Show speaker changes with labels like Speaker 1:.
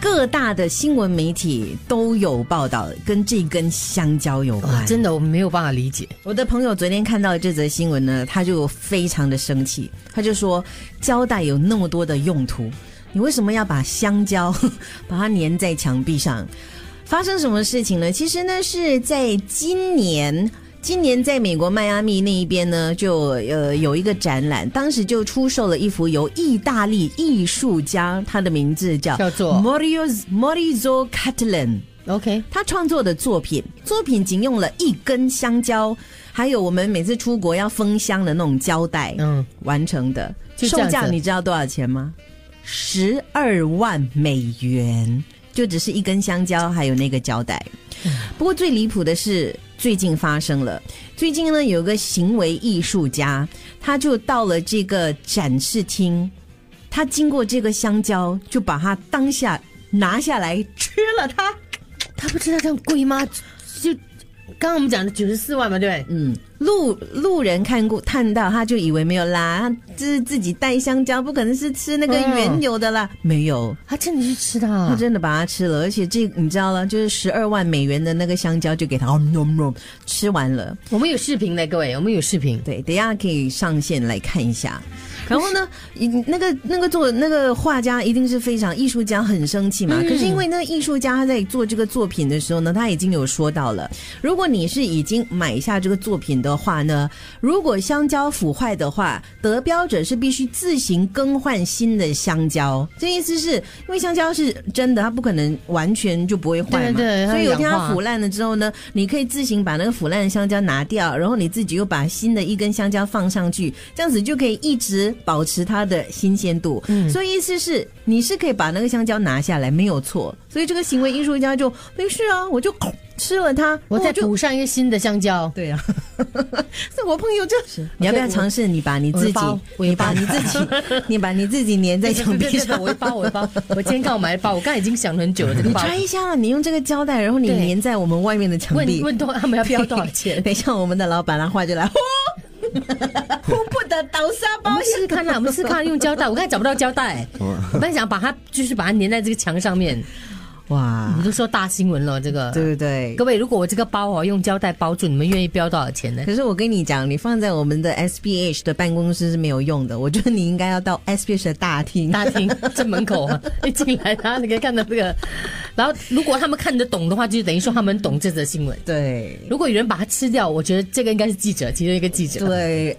Speaker 1: 各大的新闻媒体都有报道跟这根香蕉有关。
Speaker 2: 哦哎真的我没有办法理解。
Speaker 1: 我的朋友昨天看到这则新闻呢，他就非常的生气，他就说胶带有那么多的用途，你为什么要把香蕉 把它粘在墙壁上？发生什么事情呢？其实呢是在今年。今年在美国迈阿密那一边呢，就呃有一个展览，当时就出售了一幅由意大利艺术家，他的名字叫
Speaker 2: 叫做
Speaker 1: Mario Mario Catalan。
Speaker 2: OK，
Speaker 1: 他创作的作品，作品仅用了一根香蕉，还有我们每次出国要封箱的那种胶带，
Speaker 2: 嗯，
Speaker 1: 完成的。
Speaker 2: 就这
Speaker 1: 售
Speaker 2: 样子
Speaker 1: 价你知道多少钱吗？十二万美元，就只是一根香蕉，还有那个胶带。
Speaker 2: 嗯
Speaker 1: 不过最离谱的是，最近发生了。最近呢，有个行为艺术家，他就到了这个展示厅，他经过这个香蕉，就把它当下拿下来吃了它。
Speaker 2: 他不知道这样贵吗？就刚刚我们讲的九十四万嘛，对不对？
Speaker 1: 嗯，路路人看过看到，他就以为没有啦，这是自己带香蕉，不可能是吃那个
Speaker 2: 嗯
Speaker 1: 原有的啦，没有。
Speaker 2: 他真的去吃的、
Speaker 1: 他
Speaker 2: 啊，
Speaker 1: 真的把它吃了，而且这你知道了，就是十二万美元的那个香蕉就给他、哦嗯嗯嗯吃完了。
Speaker 2: 我们有视频的，各位，我们有视频。
Speaker 1: 对，等一下可以上线来看一下。然后呢，你那个那个作那个画家一定是非常艺术家，很生气
Speaker 2: 嗯
Speaker 1: 嘛。可是因为那个艺术家他在做这个作品的时候呢，他已经有说到了，如果你是已经买下这个作品的话呢，如果香蕉腐坏的话，得标者是必须自行更换新的香蕉。这意思是因为香蕉是真的，它不可能完全就不会坏嘛，
Speaker 2: 对对对它
Speaker 1: 所以有一天
Speaker 2: 氧
Speaker 1: 它
Speaker 2: 化
Speaker 1: 腐腐烂了之后呢，你可以自行把那个腐烂的香蕉拿掉，然后你自己又把新的一根香蕉放上去，这样子就可以一直保持它的新鲜度。
Speaker 2: 嗯
Speaker 1: 所以意思是你是可以把那个香蕉拿下来，没有错。所以这个行为艺术家就没事啊，我就 吃了它，
Speaker 2: 我再
Speaker 1: 就
Speaker 2: 补上一个新的香蕉，
Speaker 1: 对啊， 是我朋友就是你要不要尝试？你把你自己
Speaker 2: 我，我
Speaker 1: 你
Speaker 2: 有
Speaker 1: 把
Speaker 2: 包
Speaker 1: 你自己， 你把你自己粘 在墙壁 上，
Speaker 2: 我一包，我一包。我今天刚好买一包，我刚才已经想了很久了这个
Speaker 1: 你
Speaker 2: 包。
Speaker 1: 拆一下，你用这个胶带，然后你
Speaker 2: 对
Speaker 1: 粘在我们外面的墙
Speaker 2: 问
Speaker 1: 壁。
Speaker 2: 问多他们要不要多少 钱？
Speaker 1: 等一下，我们的老板拿话就来， 呼，呼不得倒沙
Speaker 2: 我
Speaker 1: 包
Speaker 2: 们试试看啦，我们试试看用胶带。我刚才找不到胶 带，我本来想把它就是把它粘在这个墙上面。
Speaker 1: 哇
Speaker 2: 我，们都说大新闻了，这个。
Speaker 1: 对不对
Speaker 2: 各？位，如果我这个包哦用胶带包住，你们愿意标多少钱呢？
Speaker 1: 可是我跟你讲，你放在我们的 SBH 的办公室是没有用的。我觉得你应该要到 SBH 的大厅。
Speaker 2: 大厅正门口啊，一进来，然后你可以看到这个。然后，如果他们看得懂的话，就等于说他们懂这则新闻。
Speaker 1: 对
Speaker 2: 如果有人把它吃掉，我觉得这个应该是记者，其中一个记者。
Speaker 1: 对，